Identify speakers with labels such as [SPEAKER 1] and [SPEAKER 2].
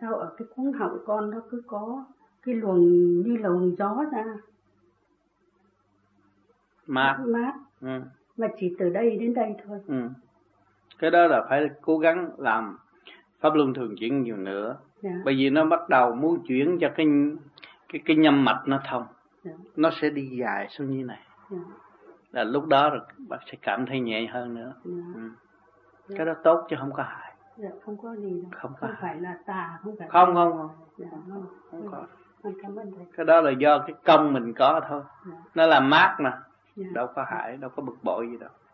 [SPEAKER 1] ở cái cuống họng con nó cứ có cái luồng như luồng gió ra
[SPEAKER 2] mát
[SPEAKER 1] mát
[SPEAKER 2] ừ.
[SPEAKER 1] mà chỉ từ đây đến đây thôi
[SPEAKER 2] Ừ. cái đó là phải cố gắng làm pháp luân thường chuyển nhiều nữa
[SPEAKER 1] dạ
[SPEAKER 2] bởi vì nó bắt đầu muốn chuyển cho cái cái cái nhâm mạch nó thông
[SPEAKER 1] dạ
[SPEAKER 2] nó sẽ đi dài xuống như này
[SPEAKER 1] dạ
[SPEAKER 2] là lúc đó rồi bạn sẽ cảm thấy nhẹ hơn nữa
[SPEAKER 1] dạ,
[SPEAKER 2] ừ.
[SPEAKER 1] Dạ.
[SPEAKER 2] cái đó tốt chứ không có hại
[SPEAKER 1] dạ không có gì đâu
[SPEAKER 2] Không có
[SPEAKER 1] không
[SPEAKER 2] hại.
[SPEAKER 1] phải là tà không phải
[SPEAKER 2] không không không
[SPEAKER 1] dạ không
[SPEAKER 2] không có
[SPEAKER 1] con cảm ơn thầy
[SPEAKER 2] cái đó là do cái công mình có thôi
[SPEAKER 1] dạ
[SPEAKER 2] nó làm mát mà
[SPEAKER 1] dạ
[SPEAKER 2] đâu có hại đâu có bực bội gì đâu